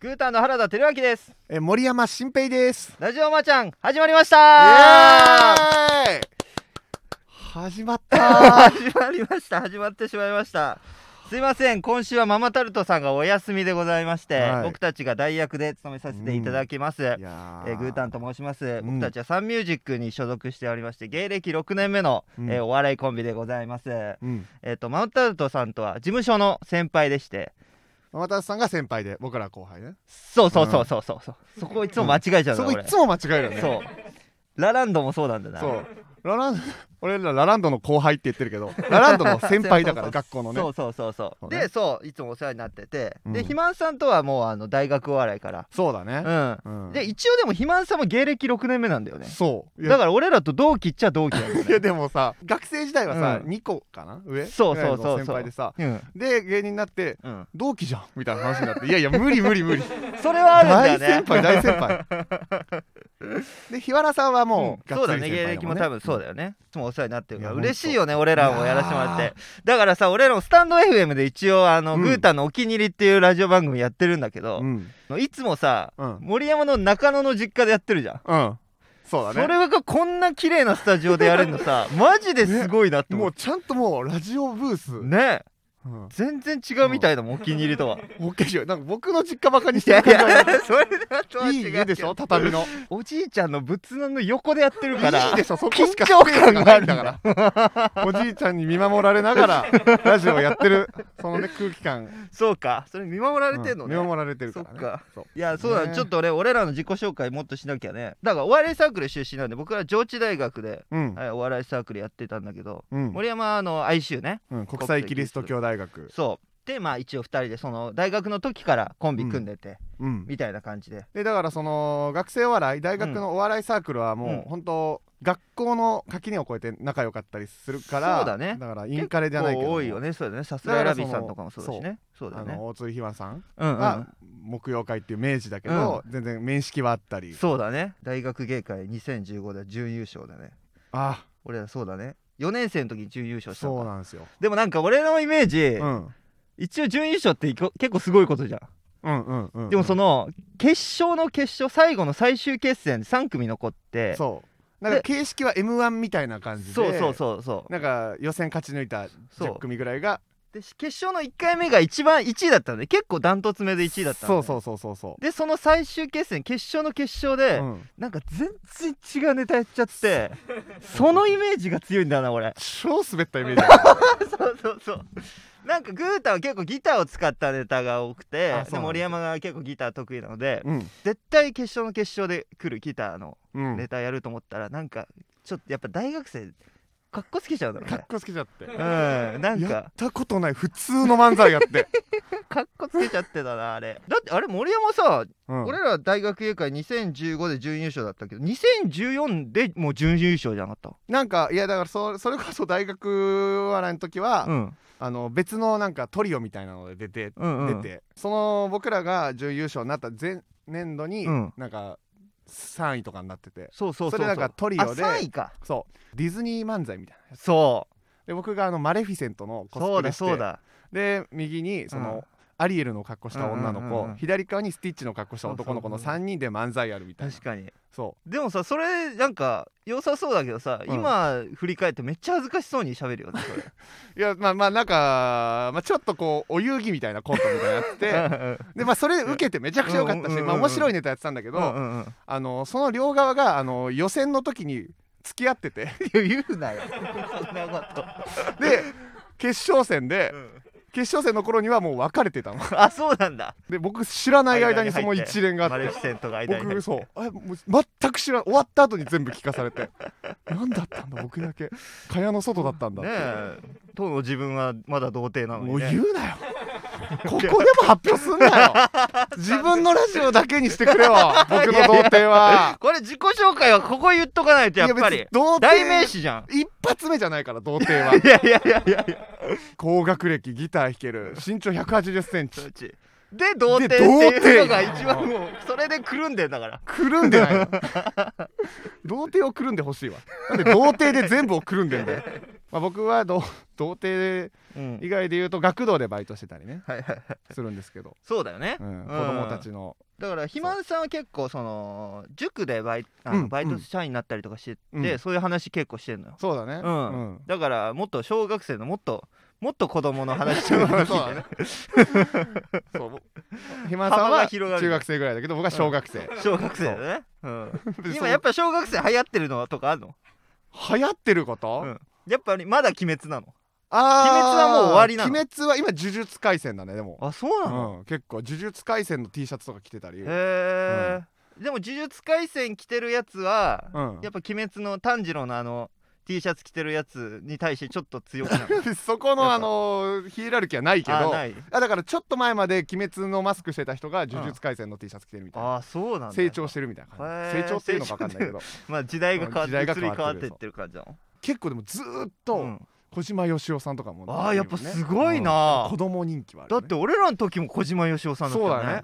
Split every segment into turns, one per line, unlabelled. グータンの原田照明です
え森山新平です。
ラジオマちゃん始まりまし
イエ
た
ーイ始 まった。
始まりました始まってしまいましたすいません今週はママタルトさんがお休みでございまして、
はい
僕たちが代役で務めさせていただきます、
いや
えーグータンと申します
ん
僕たちはサンミュージックに所属しておりまして芸歴6年目の、
うん
えーお笑いコンビでございますえっ、
うん。
とママタルトさんとは事務所の先輩でして
ママタルトさんが先輩で、僕らは後輩ね。
そうそうそうそうそうそう、そこいつも間違えちゃう
そ
ん
こ
だ、
い
俺
つも間違えるよね。
そうラランドもそうなんだな
そう。ララン、 俺らラランドの後輩って言ってるけど、ラランドの先輩だ
そうそうそ
か
う
ら、学校のね。
そうそうそうそう
そうね
でそういつもお世話になってて、で
うん
肥満さんとはもうあの大学お笑いから
そうだね。
う
うん
んで一応でも肥満さんも芸歴6年目なんだよね
そう。いや
だから俺らと同期っちゃ同期なんだよ
いや
ね
でもさ、学生時代はさ、
うん
二個かな上
そうそうそうそう
ぐらいの先輩でさ、
うん
で、芸人になって、
うん、
同期じゃんみたいな話になって、いやいや、無理無理無理。
それはあるんだよ
大
ね
先輩大先輩 で日原さんはもう、
そうだね芸歴も多分そうだよねいつもお世話になってるから
いや
嬉しいよね俺らもやらせてもらっ
い
て
や
だからさ俺らもスタンド FM で一応あの、
うん
グータンのお気に入りっていうラジオ番組やってるんだけ
う
ど、
ん
いつもさ、
うん
森山の中野の実家でやってるじゃん
うんそう
そ
だね
れがこんな綺麗なスタジオでやれるの さマジですごいなって
も
思っ
うちゃんともうラジオブース、
てね
うん、
全然違うみたいだもんお気に入りとは
オッケーしようなんか僕の実家ばかにし
い
て
や
る
い
感じ が
やそれだとはい
い
違
家
う
で
け
しょ
ど
畳の
おじいちゃんの仏壇の横でやってるか
いい
ら
でしょそこ
緊
しか
張感があるん
だ
だ
からおじいちゃんに見守られながらラジオやってるそのね空気感
そうかそれ見守られてんのね、
うん見守られてるから、ね、
そっか
そう
いやそうだ、
ね
ちょっと俺俺らの自己紹介もっとしなきゃねだからお笑いサークル出身なんで僕は上智大学で、
うん、
はい、お笑いサークルやってたんだけど
うん
森山はあの哀愁ね
うん、国際キリスト教大学
そうでまあ一応2人でその大学の時からコンビ組んでて、
うん
みたいな感じで
でだからその学生お笑い大学のお笑いサークルは
う
も
ん
う本当、学校の垣根を越えて仲良かったりするから
そうだね
からインカレじゃないけど
結構多いよ
ね
ねそうだねさすがラビーさんとかもそうだしねそうだ
あ
よね
の大津ひまさん
うんうん
が木曜会っていう明治だけど、全然面識はあったり
そうだね大学芸会2015で準優勝だね
あ
俺らそうだね4年生の時に準優勝したの
そう
か
なんですよ、
でもなんか俺のイメージ、
うん、
一応準優勝っていこ結構すごいことじゃん、
うんうんうんうん
でもその決勝の決勝最後の最終決戦で3組残って
そうなんか形式は m 1みたいな感じで
そうそうそうそう
なんか予選勝ち抜いた
そう
10組ぐらいが
で決勝の1回目が一番1位だったので結構ダントツ目で1位だったの、
そうそううそうそうそ
でその最終決戦決勝の決勝
う、
で、
うん、
なんか全然違うネタやっちゃ ってそのイメージが強いんだよな俺
超滑ったイメー ジだね
そうそうそうなんかグータンは結構ギターを使ったネタが多くて
あそうなんです
で
よ
森山が結構ギター得意なので、
うん
絶対決勝の決勝で来るギターの
うん
ネタやると思ったら、なんかちょっとやっぱ大学生かっこつけちゃうんだろう
か
ね
っこつけちゃって
うんなん
や
か
ったことない普通の漫才やって、
かっこつけちゃってたなあれだってあれ森山さ、
うん
俺ら大学芸会2015で準優勝だったけど2014でもう準優勝じゃなかっ
なんかいやだからそそれこそ大学笑いの時
た
は、
うん
あの別のなんかトリオみたいなので出て、
うんうん
出てその僕らが準優勝になった前年度に、
うん
なんか3位とかになってて
そうそうそうう
それなんかトリオで
あ3位か
そうディズニー漫才みたいな
そう
で僕があのマレフィセントのコス
そう
プ
だ
レして
そうだ
で右にその、
うん
アリエルの格好した女の子、
うんうんうんうん
左側にスティッチの格好した男の子の
そうそうそう
3人で漫才やるみたいな
確かに
そ
でもさそれなんか良さそうだけどさ、
うん
今振り返ってめっちゃ恥ずかしそうに喋るよねそれ
ういやまあまあなんか、まあ、ちょっとこうお遊戯みたいなコントみたいなのや
で
ってて でまあそれ受けてめちゃくちゃ良かった
うんうんうん
し、
うん
まあ、面白いネタやってたんだけど、
うんうんうん
あのその両側があの予選の時に付き合っ てて
言うなよそんなこと
で決勝戦で
うん
決勝戦の頃にはもう別れてたの
あそうなんだ
で僕知らない間にその一連があ
マ
っ
レ
て
フィセントが間に入って
僕そうえもう全く知らん終わった後に全部聞かされて何だったんだ僕だけ蚊帳の外だったんだっ
ね
て、
え当の自分はまだ童貞なの
も
に
う
ね
言うなよここでも発表すんな よ自分のラジオだけにしてくれよ僕の童貞は
これ自己紹介はここ言っとかないとやっぱ
い
り
別に童貞
代名詞じゃん
一発目じゃないから童貞は
いやいやいやいやいや
高学歴ギター弾ける身長1 8 0センチ
そっちで童貞って
で
いうの
童
が
貞
一番もうそれでくるんでんだから
くるんでな いの童貞をくるんでほしいわなんで童貞で全部をくるんでんだよまあ、僕はどう童貞
うん
以外で言うと学童でバイトしてたりね
はいはいはい
するんですけど、
そうだよね、
うん、子供たちの、
だから肥満さんは結構その塾でバイあ
う
の
ん
バイト社員になったりとかしてて、
うん
そういう話結構してんのよ
そうだね
うん
ん
だからもっと小学生のもっともっと子供の話 してもら
そうだねそう肥満さん
幅が
は
広がる
中学生ぐらいだけど僕は小学生、
小学生だよね、うん、
でそ
今
の
やっぱ小学生流行ってるのとかあるの
流行ってること、
うんやっぱりまだ鬼滅なの
あー
鬼滅はもう終わりなの
鬼滅は今呪術廻戦だねでも、
あそうなの、
うん、結構呪術廻戦の T シャツとか着てたり、うん、
へえ、でも呪術廻戦着てるやつは、やっぱ鬼滅の炭治郎のあの T シャツ着てるやつに対してちょっと強 くなる
そこのあのヒエラルキーはないけど
あない
あだからちょっと前まで「鬼滅」のマスクしてた人が呪術廻戦の T シャツ着てるみたいな
あそうなんだ
成長してるみたいな
へー
感じ成長っていうのか分かんないけど
まあ時代が変わって
時代が
移り
変
変
わ
わ
っ
って
る
てってる感じなの
結構でもずーっ
う
と
ん
小島よしおさんとかもね
あーやっぱすごいな
うん子供人気はある
だ
よ
っ
ね
て俺らの時も小島よしおさんだったよね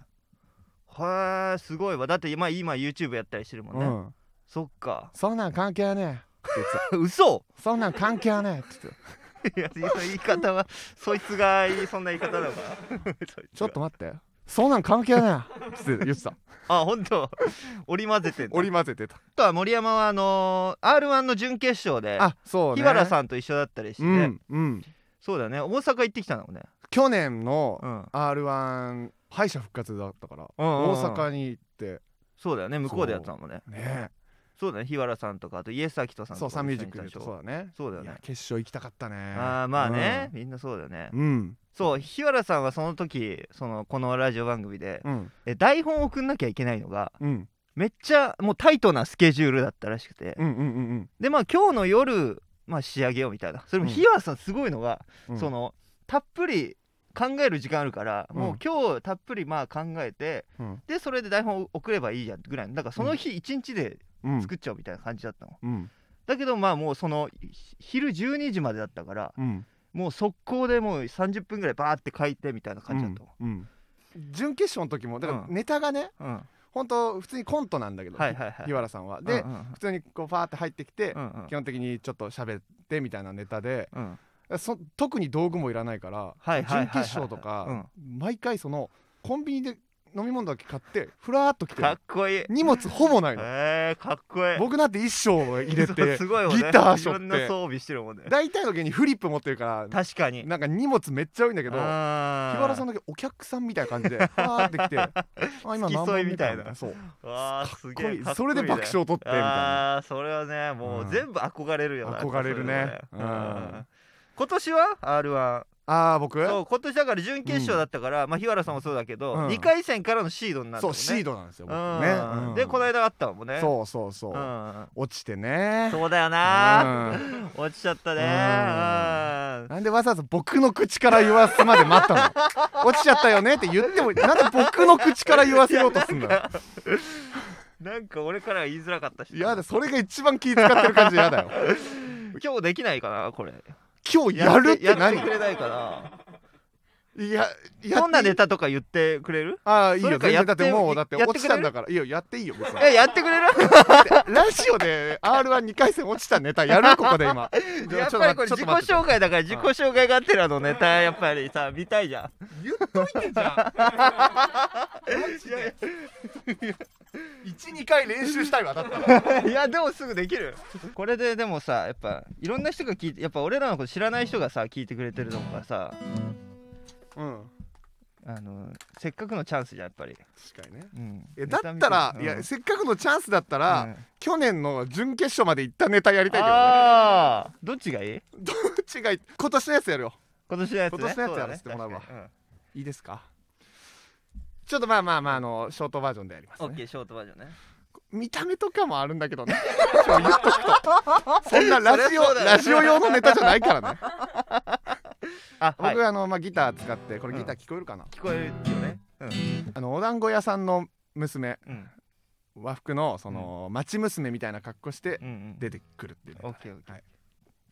そうだね
へえすごいわだって今今 YouTube やったりしてるもんね、
うん
そっ か
そんなん関係はねえって言ってた
嘘
そんなん関係はねえって言っ
い
てた
やその言い方はそいつがいい そんな言い方だから
ちょっと待ってそんなん関係はねえって言ってた
あ本当 織り交ぜてんだ
織り交ぜてた
あとは森山はあのー、r 1の準決勝で
あそう
日
ね
原
ん
さんと一緒だったりして、
うんうん
そうだよね大阪行ってきたのね
去年の
うん、
r 1敗者復活だったから
うんうんうん
大阪に行って
そうだよね向こうでやってたもんね
ね
そうだね日原さんとかあとイエス・アキトさんと
そう
か
サン
も
ミュ
一
ー
緒
ジ
にい
ッ
たで
クで
しょ
そうだね
そうだよ
い
ね
や決勝行きたかったね
あーまあね、みんなそうだよね
うん
そう日原さんはその時そのこのラジオ番組で
うん
え台本を送んなきゃいけないのが
うん
めっちゃもうタイトなスケジュールだったらしくて、
うんうんうん
でまあ今日の夜、まあ、仕上げようみたいなそれも
うん
日原さんすごいのが、
うん
そのたっぷり考える時間あるから、
うん
もう今日たっぷりまあ考えて
うん
でそれで台本を送ればいいやぐらいのだからその日一日で
うん
作っちゃおうみたいな感じだったの、
うん
だけどまあもうそのひ昼12時までだったから
うん
もう速攻でもう30分ぐらいバーって書いてみたいな感じだったの、
うん準決勝の時もだから
うん
ネタがね
うん
本当普通にコントなんだけど
はいはいはい
日原さんはで
うんうん
普通にこうファーって入ってきて
うんうん
基本的にちょっと喋ってみたいなネタで
うん
そ特に道具もいらないから
はいはいはいはい
準決勝とか毎回そのコンビニで飲み物だけ買ってふらーっと来て
か
る
っこいい
荷物ほぼないの
えー、かっこいい
僕なんて一生入れ
そう
て
すごいよね
ギター背負っ
いろ
て
んな装備してるもんね
大体の芸人フリップ持ってるから
確かに
なんか荷物めっちゃ多いんだけど日
日
原さんだけお客さんみたいな感 じでわーって来てあ今
付き添いみたいな
何番目かそう
わあすげえ
これそれで爆笑を取ってみたいな
ああーそれはねもう全部憧れるよな、
うん憧れるね
そういうの
う
ね
ん
今年は r
あー僕
1そう今年だから準決勝だったから、まあ日原さんもそうだけど、
うん
二回戦からのシードになる
そ
んだよ
う
ね
シードなんですよ僕
うん
ねうん
でこの間あったもんね、、
そうそうそううん落ちてね
そうだよな、落ちちゃったね
う
うん
なんでわざわざ僕の口から言わすまで待った の落ちちゃったよねって言ってもなんで僕の口から言わせようとすんだよ
んなんか俺からは言いづらかったし
いやだそれが一番気使ってる感じ やだよ
今日できないかなこれ
今日やるって
やっ
何
てくれないかない
やいや
どんなネタとか言ってくれる
ああいいよ
それ
全
かやっ
然
て
だってもうだって
やっ
落
てくれる
ちたんだからいいよやっていいよ別に
えやってくれる
ラジオで r 1 2回戦落ちたネタやるここで今
やっぱりこれ
ち
自
ょっ
己
と待って
紹介だから自己紹介があってらのネタやっぱりさ見たいじゃん
12回練習したいわだったら
いやでもすぐできるこれででもさやっぱいろんな人が聞いてやっぱ俺らのこと知らない人がさ聞いてくれてるのがさ
うん
あのせっかくのチャンスじゃんやっぱり、
確かにね
うん
いやだったら、
ネタ見て
い
うん
やせっかくのチャンスだったら、
うん
去年の準決勝まで行ったネタやりたいけどね
ああーどっちがいい
どっちがいい今年のやつやるよ
今年のやつ、ね、
今年のやつやらせてもらうわいいですかちょっとまあまあまああのショートバージョンでやります
オッ
ね
ケーショートバージョンね
見た目とかもあるんだけどね ちょ言っとくとそんなラ
そ
ジ
りゃそ
オ
うだよね
ラジオ用のネタじゃないから ね
あ
僕、
はい、
あのまあギター使ってこれギター聞こえるかな、
聞こえるよねうん
あのお団子屋さんの娘
うん
和服のその、町娘みたいな格好して
うんうん
出てくるっていうね、
オッケーオッケー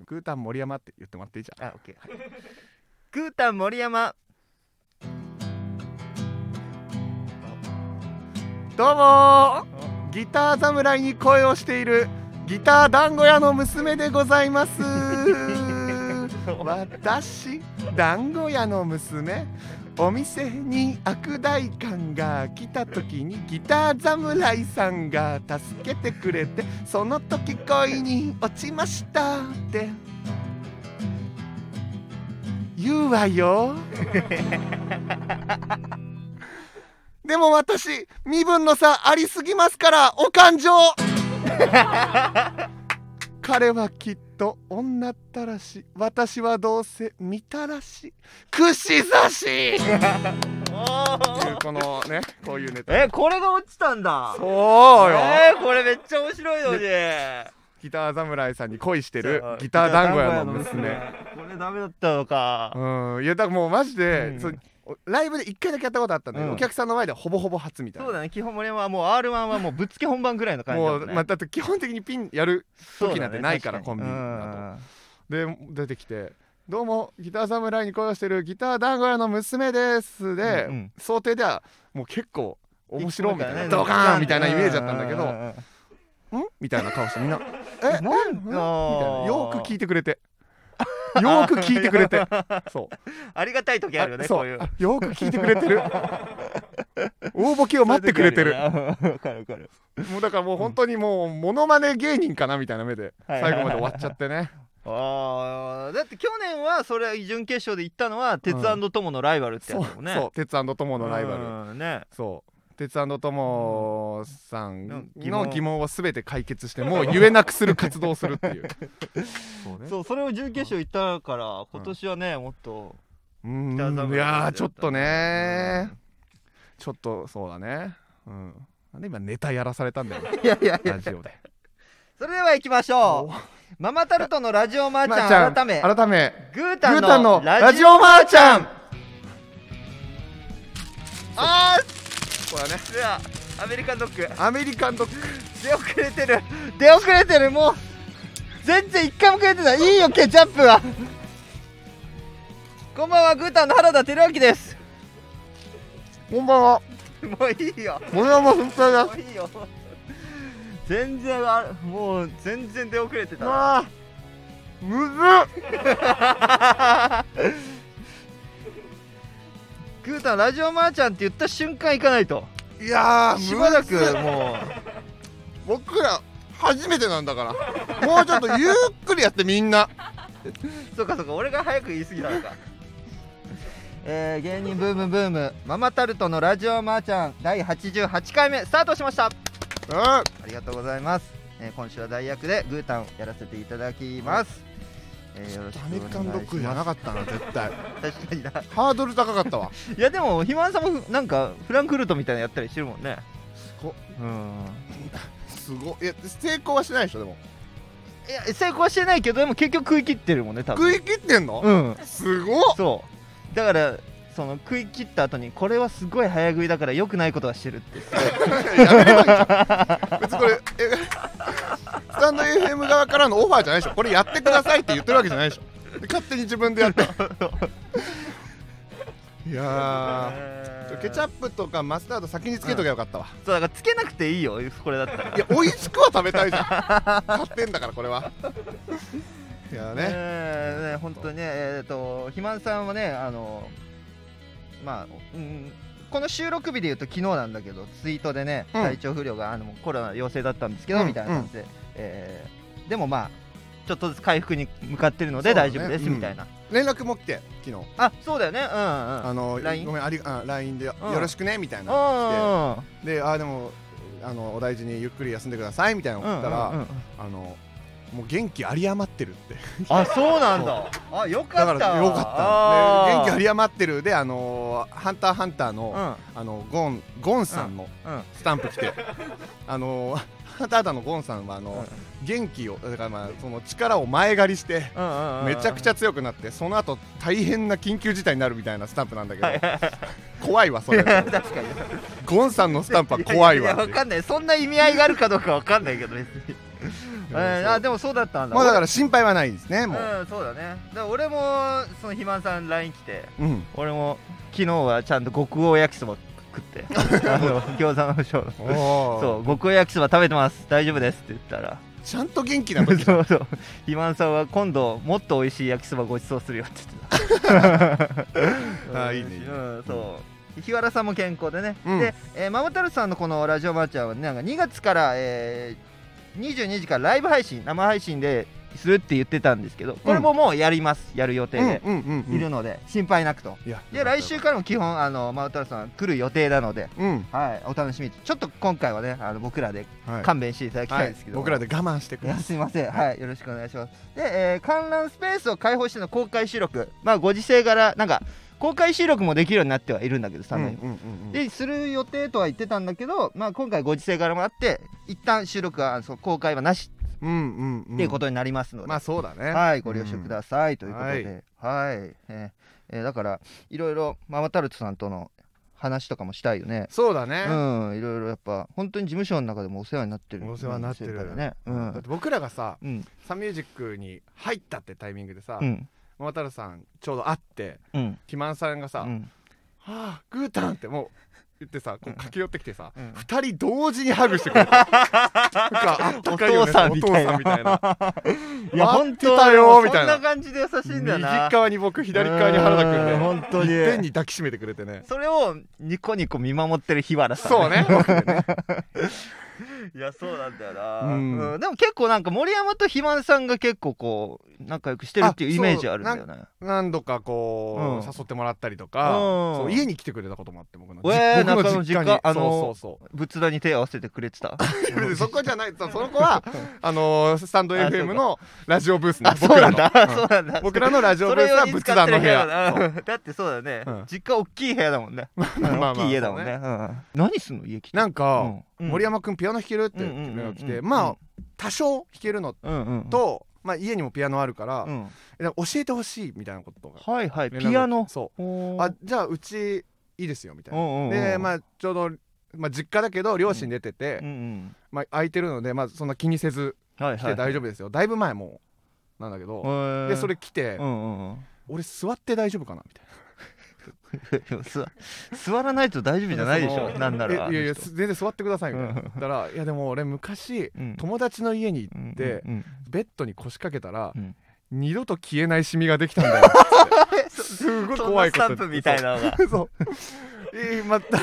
グータン森山って言ってもらっていいじゃん
あ、オッケー。グータン森山。
どうもーギター侍に声をしているギター団子屋の娘でございます私団子屋の娘お店に悪代官が来た時にギター侍さんが助けてくれてその時恋に落ちましたって言うわよでも私身分の差ありすぎますからお勘定彼はきっと女ったらし私はどうせ見たらし串刺しっていうこのねこういうネタ
えこれが落ちたんだ
そうよ、
えー、これめっちゃ面白いのに
ギター侍さんに恋してる
そう
ギター団子屋の娘
これダメだったのか
うんいやだからもうマジで、
うん
そうライブで一回だけやったことあったんだけど、
うん
お客さんの前ではほぼほぼ初みたいな
そうだね基本森山はもう R1 はもうぶっつけ本番ぐらいの感じだ
も
も
う、
んね
まあ、だって基本的にピンやる時なんてないから、コンビだ
だ
と。で出てきて「どうもギター侍に恋をしてるギター団子屋の娘です」で、
うんうん
想定ではもう結構面白いみたいな、
ね
ドカーンみたいなイメージだったんだけど
う
「
うんうん
みたいな顔してみんな「え
な
う
ん
んみたいなよーく聞いてくれて。よ
ー
ーく聞いてくれてそう
ありがたい時あるよね
そう
こういう
あよーく聞いてくれてる大ボケを待ってくれてる
わかるわかる
もうだからもう本当にもうモノマネ芸人かなみたいな目で
はい
最後まで終わっちゃっ てね
あーだって去年はそれ準決勝で行ったのは鉄友のライバルってやつ
そう
だもんね
そう鉄友のライバル
ルね
そう鉄友さん
の
の疑
疑
問を全て解決してもう言えなくする活動をするっていうそうね
そうそれを準決勝行ったから今年はねもっと
うんい
北侍
やーちょっとねちょっとそうだねうんなんで今ネタやらされたんだよ
いやいやい
ラジオで
それでは行きましょうママタルトのラジオマーち
まあ
ゃん改め
改め
グー
グ
タ
ー
ン
タン
の
のラ
ラ
ジ
ジオ
オマーちゃん
あ
これはね
ーではアメリカンドッグ
アメリカンドッグ
出遅れてる出遅れてるもう全然一回もくれてないいいよケチャップはこんばんはグータンの原田照明です
こんばんは
もういいよ
森山奮隊です
もういいよ全然あもう全然出遅れてたわ
あーむずっ
グータンラジオマーちゃんって言った瞬間行かないと
いやー
しばらく
むずっ
も
僕ら初めてなんだから もうちょっとゆっくりやってみんな
うそうかそうか俺が早く言い過ぎたの かえー、芸人ブームブームママタルトのラジオマーちゃん第88回目スタートしました
うんあ
ありがとうございます。えー今週は大役でグータンをやらせていただきます。えーよろしくお願いします。
かったな絶対
確かにな。
ハードル高かったわ
いやでも肥満さんもふなんかフランクフルトみたいなのやったりしてるもんね。
すご
うん。
すごいや成功はしてないでしょでも
いや成功はしてないけどでも結局食い切ってるもんね多分。
食い切ってんの、
うん。
すごっ
そう。だからその食い切った後にこれはすごい早食いだから良くないことはしてるって。
やめればいいじゃん別にこれえスタンド FM 側からのオファーじゃないでしょこれやってくださいって言ってるわけじゃないでしょで勝手に自分で やっていやーケチャップとかマスタード先につけとけばよかったわ、
そうだからつけなくていいよこれだったら。
いや美味しくは食べたいじゃん買ってんだからこれはいやね
えーね本当にねえっ、と肥満さんはねあのまあ、うん、この収録日でいうと昨日なんだけどツイートでね、
うん
体調不良があのコロナ陽性だったんですけど、
うん
みたいな感じで、えーでもまあちょっとずつ回復に向かってるの
そ
で
うだ
大
ね
丈夫です、
うん
みたいな
連絡も来て昨日
あそうだよねうんうん
あの
LINE
ごめんありあ LINE で、
うん
よろしくね」みたいな
あ
で「あでもあのお大事にゆっくり休んでください」みたいなの
うんうん
送ったら、
うんうん
あのもう元気有り余ってるって
あそうなんだあよか
だ
った
からよかったで元気有り余ってるであのー「ハンターハンターの」あのゴンゴンさんの
うんうん
スタンプ来て、あのー「ハンターハンター」のゴンさんはあ
うん
の、元気をだからまあその力を前借りして
うんうんうん
めちゃくちゃ強くなってその後大変な緊急事態になるみたいなスタンプなんだけど、怖いわそれ
確かに
ゴンさんのスタンプは怖い
や
わ
やわかんないそんな意味合いがあるかどうかわかんないけど別に、えーあでもそうだったんだ
まあだから心配はないですねもう
うんそうだねだから俺もその肥満さん LINE 来て
うん
俺も昨日はちゃんと極王焼きそば食って あの餃子のショーの
おー
そう極王焼きそば食べてます大丈夫ですって言ったら
ちゃんと元気な時だ
そうそう肥満さんは今度もっと美味しい焼きそばごちそうするよって言ってた
あーいいねいいね
うん、そう日原さんも健康でね、
うん
で、えー、ママタルトさんのこのラジオマーチャーはねなんか2月から、えー、22時からライブ配信生配信でするって言ってたんですけどこれももうやります、やる予定で
うんうんうん
いるので、心配なくと
いや
で来週からも基本あのママタルトさん来る予定なので
うん
はい、お楽しみにちょっと今回はねあの僕らで
はい
勘弁していただきたいですけど、
僕らで我慢してく
い
だ
や
さい
すいません、はい、よろしくお願いします。で、えー観覧スペースを開放しての公開収録、まあ、ご時世柄、なんか公開収録もできるようになってはいるんだけど、さらに
うんうんうんうん
でする予定とは言ってたんだけど、まあ、今回、ご時世柄もあって、一旦収録はあのそう公開はなし
うんうんうん
っていうことになりますので、
まあそうだね
はい、ご了承ください、ということ
は
で
い、
はい、えーえーだから、いろいろママタルトさんとの話とかもしたいよね。
そうだね
うん、いろいろやっぱ本当に事務所の中でもお世話になってる
お世話になってる
先輩だねう
だっ
ん
て僕らがさ
うん
サンミュージックに入ったってタイミングでさ
うん
桃太郎さんちょうど会って
うん
肥満さんがさ
う
「は
ん
あグータン!」ってもう言ってさこう駆け寄ってきてさ
うん
二人同時にハグし てくれたなんかあったかいよ
お父
ね
さんみたいな
お父さんみた いない
や
あ
本当
来てたよみた
そ
い
ん
な
な感じで優しいんだよ
右
な
側に僕左側に原田君で
うん本当に
いっぺんに抱きしめてくれてね
それをニコニコ見守ってる日原さん
そ うね
いやそうなんだよな、
うん
うんでも結構なんか森山と肥満さんが結構こう仲良くしてるっていうイメージあるんだよね
何度かこ
うん
う誘ってもらったりとか
うん
そう家に来てくれたこともあって僕の
うえー
実僕
中野実家あ
あ
の
のそう そう
仏壇に手を合わせてくれてた
そうそこじゃないそその子はあのスタンド
あそうか
FM のラジオブースね
あそ
僕
うな
ら
ん
の
だ
うん
そうなんだ
僕らのラジオ
そ
ブ
れ
ース
用
は
に
仏
使っ
壇
てる
の
部
部
屋
屋
だ
そう
なだってそうだよね、
うん
実家大きい部屋だもんね
まあまあ
大きい家だもん
そう
ね、うん何すんの家来て
なんか
うん
森山君ピアノ弾けるって
うんうんうんうん
メールが来てまあ多少弾けるの
うんうん
とまあ家にもピアノあるから
うん
えなんか教えてほしいみたいなことが
はいはい
連絡が
ピアノ
そ
お
う
ー
あじゃあうちいいですよみたいな
おうおうおう
でまあちょうど、まあ、実家だけど両親出てて、
うんうん
まあ、空いてるので、まあ、そんな気にせず
はい
来
は
て
い
大丈夫ですよ、だいぶ前もうなんだけ
夫
ど、でそれ来て、
うんうん うん
俺座って大丈夫かなみたいな
座座らないと大丈夫じゃないでし
そ
ょ
の
なんなら
えいやいや
あの人
す全然座ってくださいみたいな
うん
だからいやでも俺昔
うん
友達の家に行って、
うんうん
ベッドに腰掛けたら、
うん
二度と消えないシミができたん だよっ
え
つ
そ
ってすごい
そ
怖いこと
んなスタンプみたいなのが
そうそうえー また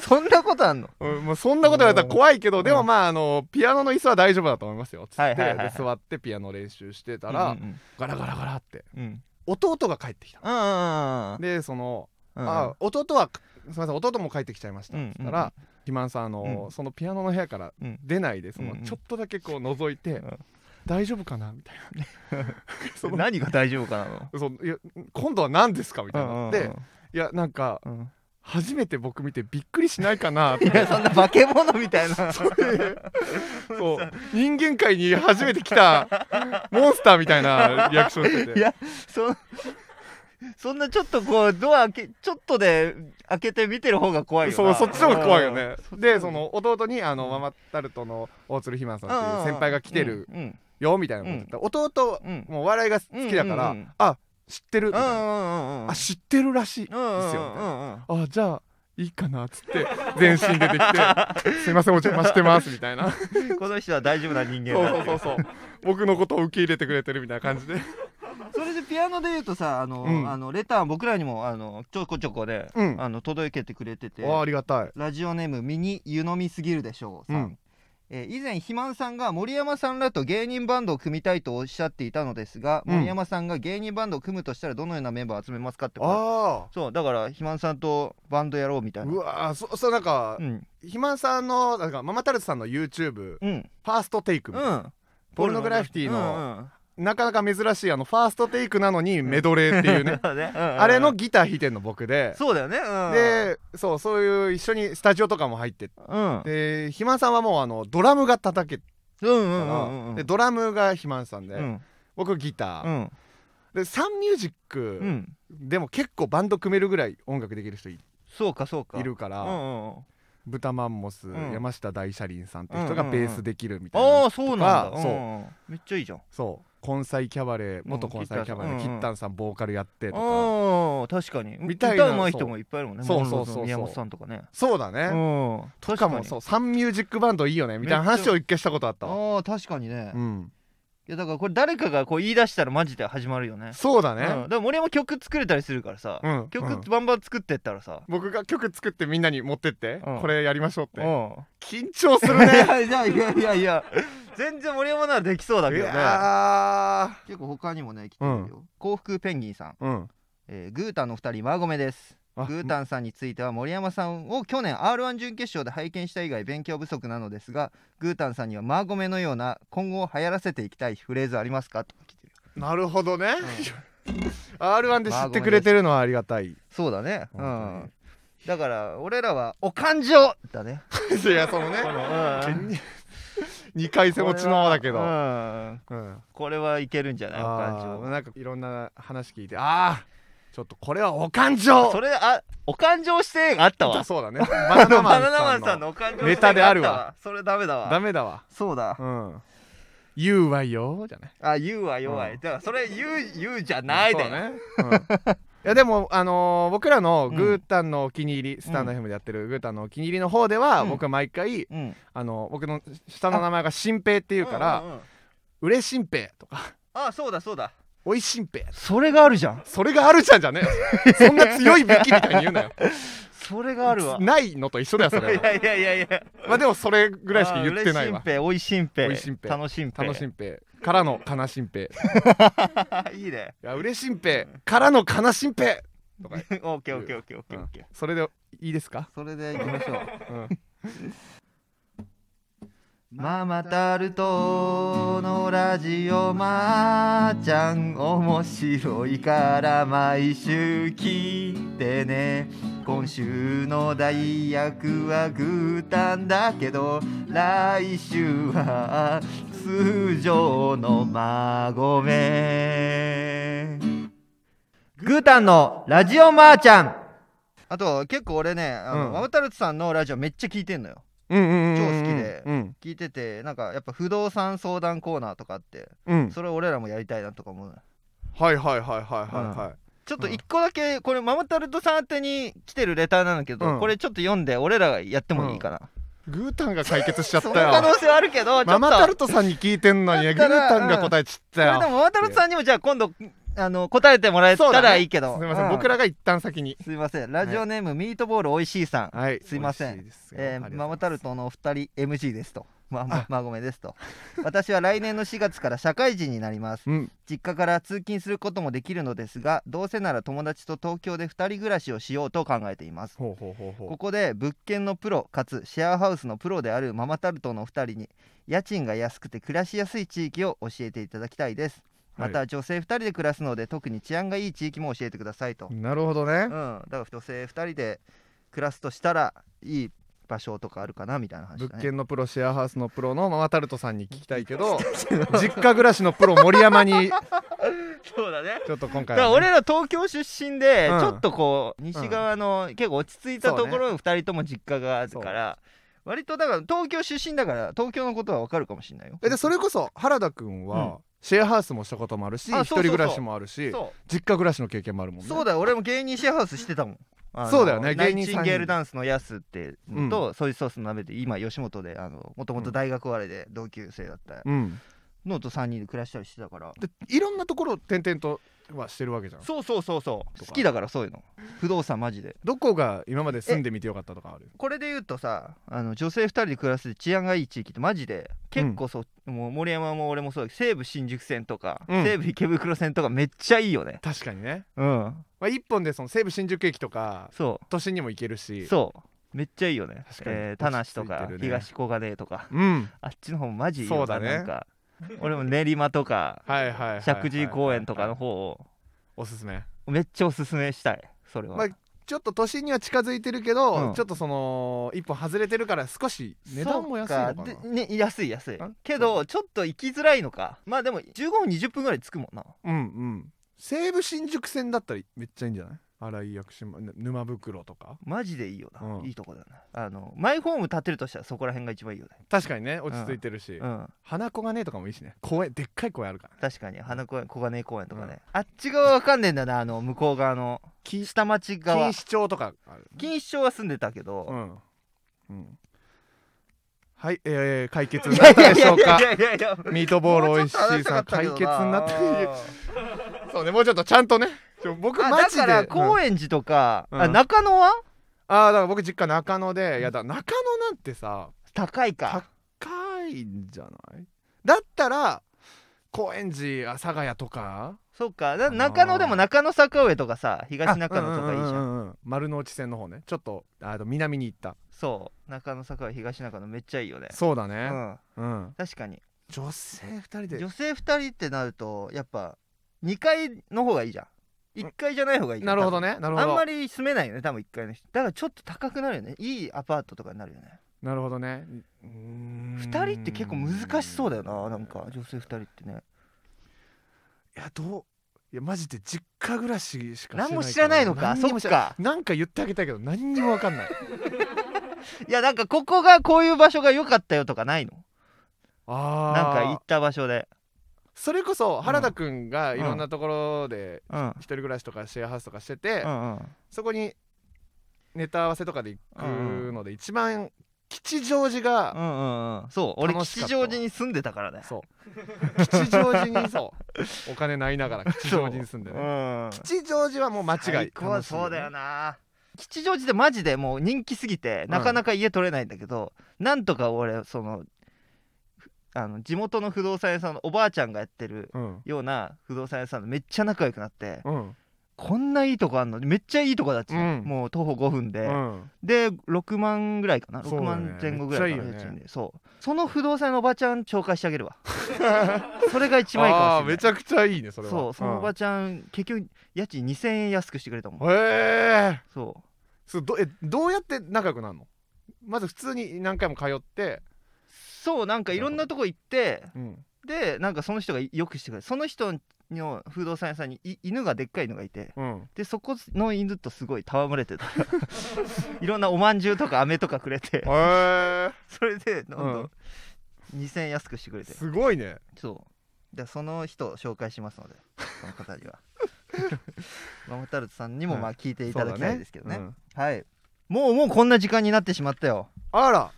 そんなことあんの
うんもうそんなこと言われたら怖いけど、
うん
でもまああのピアノの椅子は大丈夫だと思いますよつって、
はいはいはいはい
で座ってピアノ練習してた
うん
ら、
うん
ガラガラガラって
うんうん
弟が帰ってきた
うんうんうん
でその、
うん
あ弟はすみません弟も帰ってきちゃいました
う
っ
ん
つったら、肥満さんあの、
うん
そのピアノの部屋から
うん
出ないでその、
うんうん
ちょっとだけこう覗いて、
ん
大丈夫かなみたいなその
何が大丈夫かなの
そのいや今度は何ですかみたいになって、
うんうん
いやなんか
うんうん
初めて僕見てびっくりしないかなっ
い
て
やそんな化け物みたい な
そう人間界に初めて来 たモンスターみたいなリアクションして
い
て
やそそんなちょっとこうドア開けちょっとで開けて見てる方が怖いよ
そう
な
そっちの方が怖いよね
うん
でその弟にあのママタルトの大鶴ひまさんっていう先輩が来てる
うんうん
よみたいなこと言ったら弟
うん
もう笑いが好きだか
う
ら
んうんうん
あ知ってるみ
う
た
ん
いうなん
うん
あ知ってるらしいです
うんうんうんうん
よあじゃあいいかなっつって全身出て きて「すいませんお邪魔してます」みたいなそ
うんこの人は大丈夫な人間
う
だ
そうそうそう僕のことを受け入れてくれてるみたいな感じで
それでピアノで言うとさあの、
うん
あのレター僕らにもあのちょこちょこで、
うん
あの届けてくれてて
あありがたい
ラジオネームミニ湯飲みすぎるでしょうさん、
うん
えー以前肥満さんが森山さんらと芸人バンドを組みたいとおっしゃっていたのですが、
うん
森山さんが芸人バンドを組むとしたらどのようなメンバーを集めますかってこと
ああ
そうだから肥満さんとバンドやろうみたいな
うわーそそうなんか、
うん
肥満さんのなんかママタルトさんの YouTube
うん
ファーストテイクみ
う
たいな、
ん
ポルノグラフィティ
う
の、
ん うん、
なかなか珍しいあのファーストテイクなのにメドレーっていうね
そうだね うんうん
あれのギター弾いてんの僕で、
そうだよね、うん、
でそうそういう一緒にスタジオとかも入って
うん
で肥満さんはもうあのドラムが叩けた
うんう
ら、
んうんうん
でドラムが肥満さんで、
うん
僕ギター、
うん
でサンミュージッ
う
ク
ん
でも結構バンド組めるぐらい音楽できる人い
そうかそうか
いるから、
うんうんうん
豚マンモス、
うん
山下大車輪さんって人がベースできるみたいな、
ああそうなんだ
とかそう
うんめっちゃいいじゃん
そう根菜キャバレー元根菜キャバレ
うん
ー
キ
キ
ッタンさん
ッタンさんボーカルやってとか
ああ確かに
みたいな
歌うまい人もいっぱいいるもんね
そう
モンローズ
そうそうそうそ
の
う
宮本さんとかね
そうだね
うん
と
確
か
か
も
に
そうサンミュージックバンドいいよねみたいな話を一回したことあったわ
ああ確かにね
うん
いやだからこれ誰かがこう言い出したらマジで始まるよね
そうだ
うん
ね
だから森山曲作れたりするからさ
うんうん
曲バンバン作ってったらさ
僕が曲作ってみんなに持ってって
うん
これやりましょうっ
う
て
ん
緊張する
い
ね
やいやいやいやいや全然森山ならできそうだ
い
けどね
や
結構他にもね来てるよ、幸福ペンギンさん、
ーうん
えーグータンの二人マーゴメです
あ
グータンさんについては森山さんを去年 r 1準決勝で拝見した以外勉強不足なのですがグータンさんにはマーゴメのような今後流行らせていきたいフレーズありますかと来てるよ
なるほど
ん
ね R1 で知ってくれてるのはありがたいい
そうだねう
本当
んだから俺らはお感情だね
やそのね
このうん
2回戦落ちのままだけ
う
ど
ん
うん
これはいけるんじゃないお感
あー
情
なんかいろんな話聞いてああちょっとこれはお感情
それあお感情指定があったわ
そ うだねバナナマ
バ
ン
ナナマ
さん
ン
の
さんのお感情
ネタであるわ
指定がったそれダメだわ
ダメだわ
そうだ
うん言うわよじゃない
あ言うは弱い、
うん
だからそれ言う言うじゃないで、
そうね、うんいやでもあのー僕らのグータンのお気に入り、スタンド
う
FM でやってるグータンのお気に入りの方では、
うん
僕は毎回
うん、
あの僕の下の名前が新平っていうから
んんん
「うれしんぺい」とか
あそうだそうだ
「おいしんぺい」
それがあるじゃん
それがあるじゃんじゃねえよそんな強いべきみたいに言うなよ
それがあるわ
ないのと一緒だよそ
い
れ は
やいやいやいや
まあでもそれぐ
ぐ
らいしか言ってないわ
おいしんぺ
お
い
いしんぺい
楽しんぺい
楽しんぺいからの悲しんぺい
いいね
いや嬉しんぺいからの悲しんぺい
オ
とか
ッケーオッケーオッケーオッケ
う
ーオ
ん
ッケー
それでいいですか、
それでいきましょう
うん、
ママタルトのラジオまーちゃん面白いから毎週聞いてね今週の代役はグータンだけど来週は通常の孫めグータンのラジオまーちゃんあと結構俺ねあの
うん
ママタルトさんのラジオめっちゃ聞いてんのよ
うんうんうん
超
うん
好きで
うん
聞いててなんかやっぱ不動産相談コーナーとかあって
うん
それ俺らもやりたいなとか思うな
はいはいはいはいはいはい、
ちょっと
うん
一個だけこれママタルトさん宛てに来てるレターなんだけど、
うん
これちょっと読んで俺らがやってもいいかな、
グータンが解決しちゃった
その可能
よ
性はあるけどちょっと
ママタルトさんに聞いてんのに
だ
グ
っ
ー
たら
タンが答えちった
それで
よ、
もママタルトさんにもじゃあ今度あの答えてもらえた
そうだ
ら
ね
いいけど、
すみませ
う
ん、僕らが一旦先に
すいませんラジオネーム、ミートボールおいしいさん、
はい
すいません
美味しですよ
えー、
ありがとう
ママタルトのお二人 MG ですと。まあま
あ
あ、ごめですと私は来年の4月から社会人になります
うん
実家から通勤することもできるのですがどうせなら友達と東京で2人暮らしをしようと考えています
ほうほうほうほ
ここで物件のプロかつシェアハウスのプロであるママタルトのお二人に家賃が安くて暮らしやすい地域を教えていただきたいです
う
また女性2人で暮らすので特に治安がいい地域も教えてくださいと、
はいなるほど
う
ね
ん、だから女性2人で暮らすとしたらいい場所とかあるかなみたいな話
物
だね
件のプロシェアハウスのプロのママタルトさんに聞きたいけ ど実家暮らしのプロ森山に
そうだね
ちょっと今
だ
回
から
はね、
俺ら東京出身で、
うん
ちょっとこう西側の、結構落ち着いたところ2人とも実家があるから、割とだから東京出身だから東京のことは分かるかもしれないよ
えでそれこそ原田君は、
うん
シェアハウスもしたこともあるし
あ
一
そうそうそう
人暮らしもあるし
そ
実家暮らしの経験もあるもん
う
ね
そうだよ俺も芸人シェアハウスしてたもんあの
そうだよね
ナ
芸人
イチンゲールダンスのヤスってのと、ソイソースの鍋で今吉本であのもともと大学割れで同級生だった
うん
のと3人で暮らしたりしてたから、
でいろんなところを転々とはしてるわけじゃん
そうそうそうそう
とか
好きだからそういうの不動産マジで
どこが今まで住んでみてよかったとかある
これで言うとさあの女性2人で暮らす治安がいい地域ってマジで結構そう、もう森山も俺もそうだけど西武新宿線とか、
うん
西武池袋線とかめっちゃいいよね
確かにね、
うん
まあ、一本でその西武新宿駅とか
そ
都心にも行ける
う
し
そうめっちゃいいよね
確かに
えー田無と
落ち着い
か
てるね
東小金井とか
ううん
あっちの方もマジいいよ
そうだね
なんか俺も練馬とか
はいはいはいはい
石神井公園とかの方を
おすすめ
めっちゃおすすめしたいそれは、
まあちょっと都心には近づいてるけど、
うん
ちょっとその一本外れてるから少し値段も安いのかな
そうでね、安い安い
あ
けどちょっと行きづらいのかまあでも15分20分ぐらいで着くもんな
うんうん西武新宿線だったらめっちゃいいんじゃない荒井薬師丸ぬ沼袋とか
マジでいいよな、
うん
いいとこだなあのマイホーム建てるとしたらそこら辺が一番いいよね
確かにね落ち着いてるし、
うん
花子がねとかもいいしね公園でっかい公園あるから
確かに花公園小金井公園とかね、あっち側わかんねえんだなあの向こう側の
錦
下町側
錦糸町とかある
錦糸町は住んでたけ
う
ど、
ん、うん、はいえー、解決になったでしょうか
いやいやいやいやいやいや
ミートボールおいしいさん解決になったそうねもうちょっとちゃんとねちょ僕
あ
マ
だ
ジで
から
うん
高円寺とか、
うん
あ中野は
あーだから僕実家中野でいやだ中野なんてさ
高いか
高いんじゃないだったら高円寺阿佐ヶ谷とか
そうかな
ー
中野でも中野坂上とかさ東中野とかいいじゃん,、
あうんうんうんうん丸の内線の方ねちょっとあの南に行った
そう中野坂上東中野めっちゃいいよね
そうだ
う
ね、
ん
うん、
確かに
女性2人で
女性2人ってなるとやっぱ2階の方がいいじゃん1階じゃない方がいいじゃ
なんるほどねなるほ
あ
ど
んまり住めないよね多分1階の人だからちょっと高くなるよねいいアパートとかになるよね
なるほどね2
2人って結構難しそうだよななんか女性2人ってね
いやどういやマジで実家暮らししか
何も知らないのか
何に
そ
も
っ
知ら
か
なんか言ってあげたいけど何にも分か んない
いやなんかここがこういう場所が良かったよとかないの
あ
なんか
ー
行った場所で
それこそ原田くんがいろんなところで
うんうん
一人暮らしとかシェアハウスとかしてて、
うん
そこにネタ合わせとかで行くので一番吉祥寺が、
うんうんうんそう俺
楽し
吉
かったわ
祥寺に住んでたからね
そう吉祥寺 にそうお金ないながら吉祥寺に住んでね
うん
吉祥寺はもう間違い
最高は
楽しい
そうだよな吉祥寺ってマジでもう人気すぎてなかなか家取れないんだけど、なんとか俺そのふあの地元の不動産屋さんのおばあちゃんがやってる
うん
ような不動産屋さんとめっちゃ仲良くなって、
うん
こんないいとこあんのめっちゃいいとこだっち、
うん
もう徒歩5分で、
うん
で6万ぐらいかな
そ
6
うだね
万前後ぐらいかな
めっちゃいいよ
家
ね
賃でそうその不動産屋のおばちゃん紹介してあげる わそれが一番いいか
あー
もしれ
め
ない
ちゃくちゃいいねそれは
そうそのおば
ち
ちゃん結局家賃2000円安くしてくれたもん
へえ
そう
そうどえどうやって仲良くなるのまず普通に何回も通って、
そうなんかいろんなとこ行って
うん、
でなんかその人がよくしてくれるその人の不動産屋さんにい犬がでっかい犬がいて
うん
でそこの犬とすごい戯れ てたいろんなおまんじゅうとか飴とかくれて
へえ
それでどんど
うん
ん2000円安くしてくれて
すごいね
そうでその人を紹介しますのでその方に はママタルトさんにもまあ聞いていただきたいですけどね,、
そうだうん
はいもうもうこんな時間になってしまったよ
あら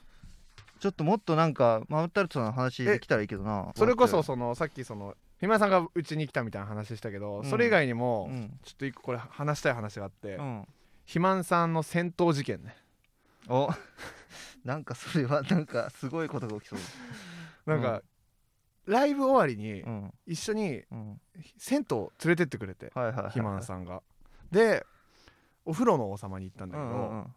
ちょっともっとなんかママタルトさんの話できたらいいけどな
それこそそのさっきそのひまさんがうちに来たみたいな話したけど、
うん
それ以外にも、
うん、
ちょっと一個これ話したい話があって、
うん、
肥満さんの戦闘事件ね
お なんかそれはなんかすごいことが起きそう
なんか、ライブ終わりに
うん
一緒に
うん
銭湯連れてってくれて
はいはいはいはい
肥満さんがでお風呂の王様に行ったんだ
う
けど、
んうんうん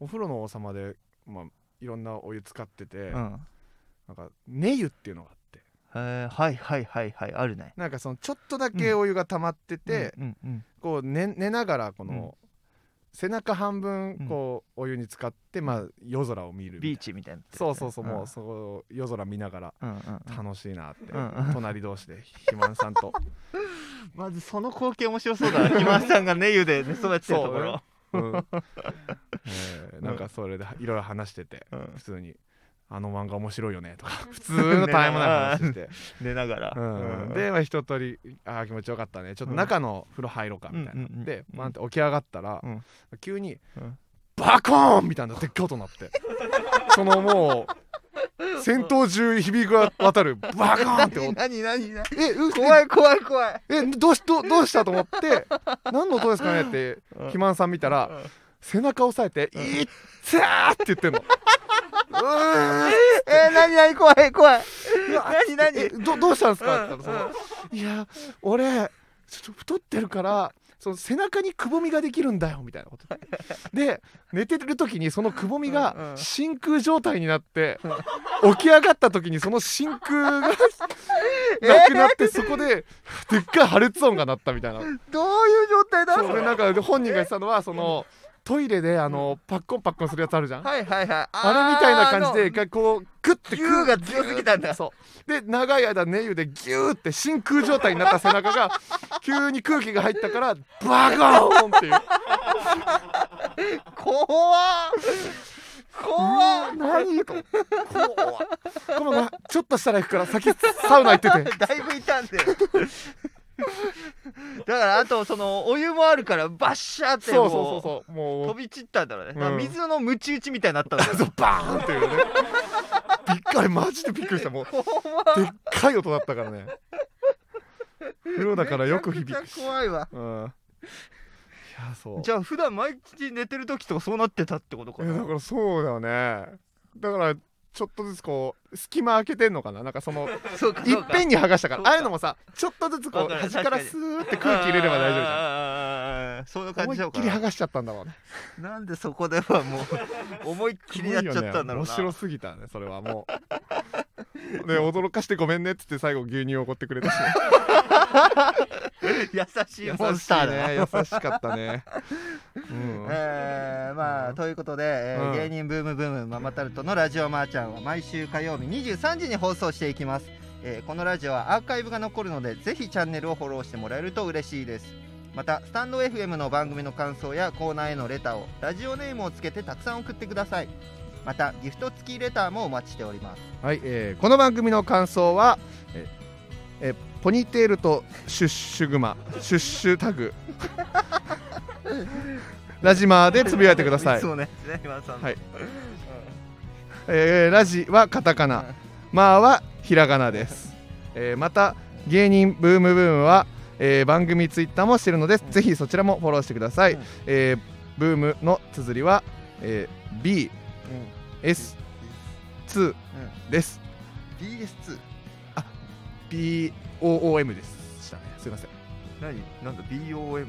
お風呂の王様で、まあ、いろんなお湯使ってて、
うん
なんか寝湯っていうのがあって
へーはいはいはいはいあるね
なんかそのちょっとだけお湯が溜まってて、
うんうん
こう寝寝ながらこの、背中半分こう、お湯に使って、まあ、夜空を見
うん
るみたい
ビー
な
チみたいな
そうそうそう、
ん
もうそう夜空見ながら
うんうんうん
楽しいなって、
うんうん
隣同士で肥満さん と
まずその光景面白そうだな肥満さんがね湯で寝そべってるところ
うんえーなんかそれでいろいろ話してて、
うん
普通に「あの漫画面白いよね」とか 普通のタイムラインの話して、
寝ながら
うんで、まあ、一通り「ああ気持ちよかったねちょっと中の風呂入ろうか」みたいな、
うんうんうん
でバンって起き上がったら、
うん
急に
う
「
ん
バコーン!」みたいなでっかい音なって そのもう戦闘中響く渡るバコーンって音
何何 何
えう
怖い怖い怖い
えどうしどうどうしたと思って何の音ですかねって
うん
肥満さん見たら
うん
背中押さえて「いっつー!」って言ってんの。 うーん
え何何怖い怖いう
わ
何何
えどどうしたんですか?」って
う
言
ん
ったらその「いや俺ちょっと太ってるからその背中にくぼみができるんだよ」みたいなこと で寝てる時にそのくぼみ
うんう
が
ん
真空状態になって起き上がった時にその真 空がなくなってそこででっかい破裂音が鳴ったみたいな。
どういう状態だ
そう
それ
俺なんか本人が言ってたのはそのトイレであのパッコンパッコンするやつあるじゃん、
はいはいはい
あれみたいな感じで一
で
回こうグッて
牛が強すぎたんだ
そうで長い間寝湯でギューって真空状態になった背中が急に空気が入ったからバコーンっていう
怖っ怖っ
うわ何と怖っごめんごめんちょっとしたら行くから先サウナ行ってて
だいぶ痛んでるだからあとそのお湯もあるからバッシャーって
そ
も
うそうそうそうもう
飛び散ったんだろうね、
うん
だから水のムチ打ちみたいになったんだろう
そうバーンっていうね びっくりマジでびっくりしたもう
怖っ
でっかい音だったからね風呂だからよく響
めちゃ
く
く
し
ちゃ怖いわ
うんいやそう
じゃあ普段毎日寝てる時とかそうなってたってことか
えだ
な
からそうだよねだからちょっとずつこう隙間開けてんのかななんかその
そうか
い
そ
っ
うか
ぺんに剥がしたか
そうか
らああいうのもさちょっとずつこ
わ
う
かる
端から
確
ス
か
ーって空気入れれば大丈夫じゃん
ゃんそんな感
思
じ
い
だ
っ
か
きり剥
ら
がしちゃったんだわね
なんでそこではもう思いっきりやっちゃったんだろう
すごいよ
な
ね面白すぎたねそれはもうで驚かしてごめんねっつって最後牛乳を怒ってくれたし
優しい
優
モンス
し
ター
い
だな
ね優しかったねうん
えーまあということで、えー
うん
芸人ブームブームママタルトのラジオマーちゃんは毎週火曜日23時に放送していきます、えーこのラジオはアーカイブが残るのでぜひチャンネルをフォローしてもらえると嬉しいですまたスタンド FM の番組の感想やコーナーへのレターをラジオネームをつけてたくさん送ってくださいまたギフト付きレターもお待ちしております
はい、えーこの番組の感想は、えーえーポニーテールとシュッシュグマ、シュッシュ タグ、ラジマーでつぶやいてください。
そうねね今さんの
はい
うん
えーラジはカタカナ、マーはひらがなです。えーまた、芸人ブームブームは、えー番組ツイッターもしてるので、
うん
ぜひそちらもフォローしてください。
うん
えーブームの綴りは、え B、S、2です。
うん BS2
B、O、O、M でしたね。すいません。
何なんだ BOM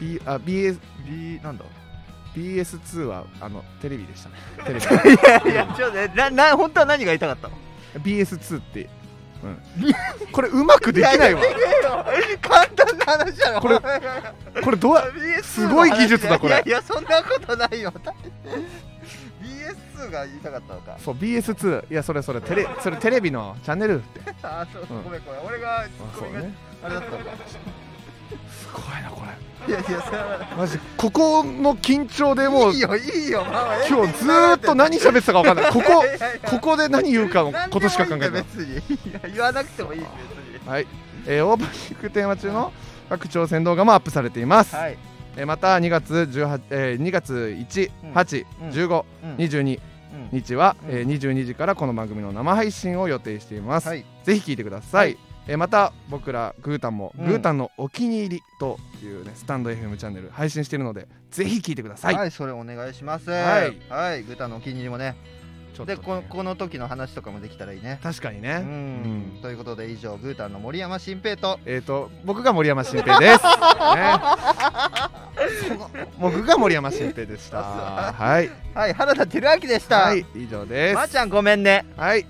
B、あ、BS、
B なんだ
BS2 はあのテレビでしたね。テ レ
いやいや、ちょっとね、な、な、本当は何が言いたかったの。
ビ BS2 って、うん、これうまくできないわ。
簡単な話だろ。
これ
お前が
これどう
BS
すごい技術だこれ
いやいや、そんなことないよ。BS が言いたかったのか。
そう BS2 いやそれそれテレそれテレビのチャンネルって。
あ、そう、
うん
ごめん、ごめん、俺が、
あ
ツッ
そ
コ
う
ミが
ね。
あれだったのか。
すごいなこれ。
いやいや、それは。
マジここの緊張でもう
いいよ、いいよ、まあまあ、
今日ずーっと何喋ってたかわかんない。ここ
いやいや
ここで何言うかの
何でもいいんだよ
ことしか考えてない。
別に、いや、言わなくてもいいし、別に。
はい、えーオープニングテーマ中の各挑戦動画もアップされています。
はい。
えーまた2月18、えー、2月1、
うん
8、
うん
15、
うん
22
うん
日は、
うん
えー22時からこの番組の生配信を予定しています、
はい。
ぜひ聞いてください、
はい
えーまた僕らグータンも、
うん
グータンのお気に入りというねスタンド FM チャンネル配信しているのでぜひ聞いてくださ、
はいい、それお願いします。
はい
はい、グタのお気に入りもね。
ちょっとね
でこのこの時の話とかもできたらいいね。
確かに
う
ね、
ん、ということで以上ブータンの森山新平と
えっ、と僕が森山新平 です、ね、僕が森山新平でした
あ
はい、
はい原田輝明でした。
はい、以上です
まー、ちゃんごめんね。
はい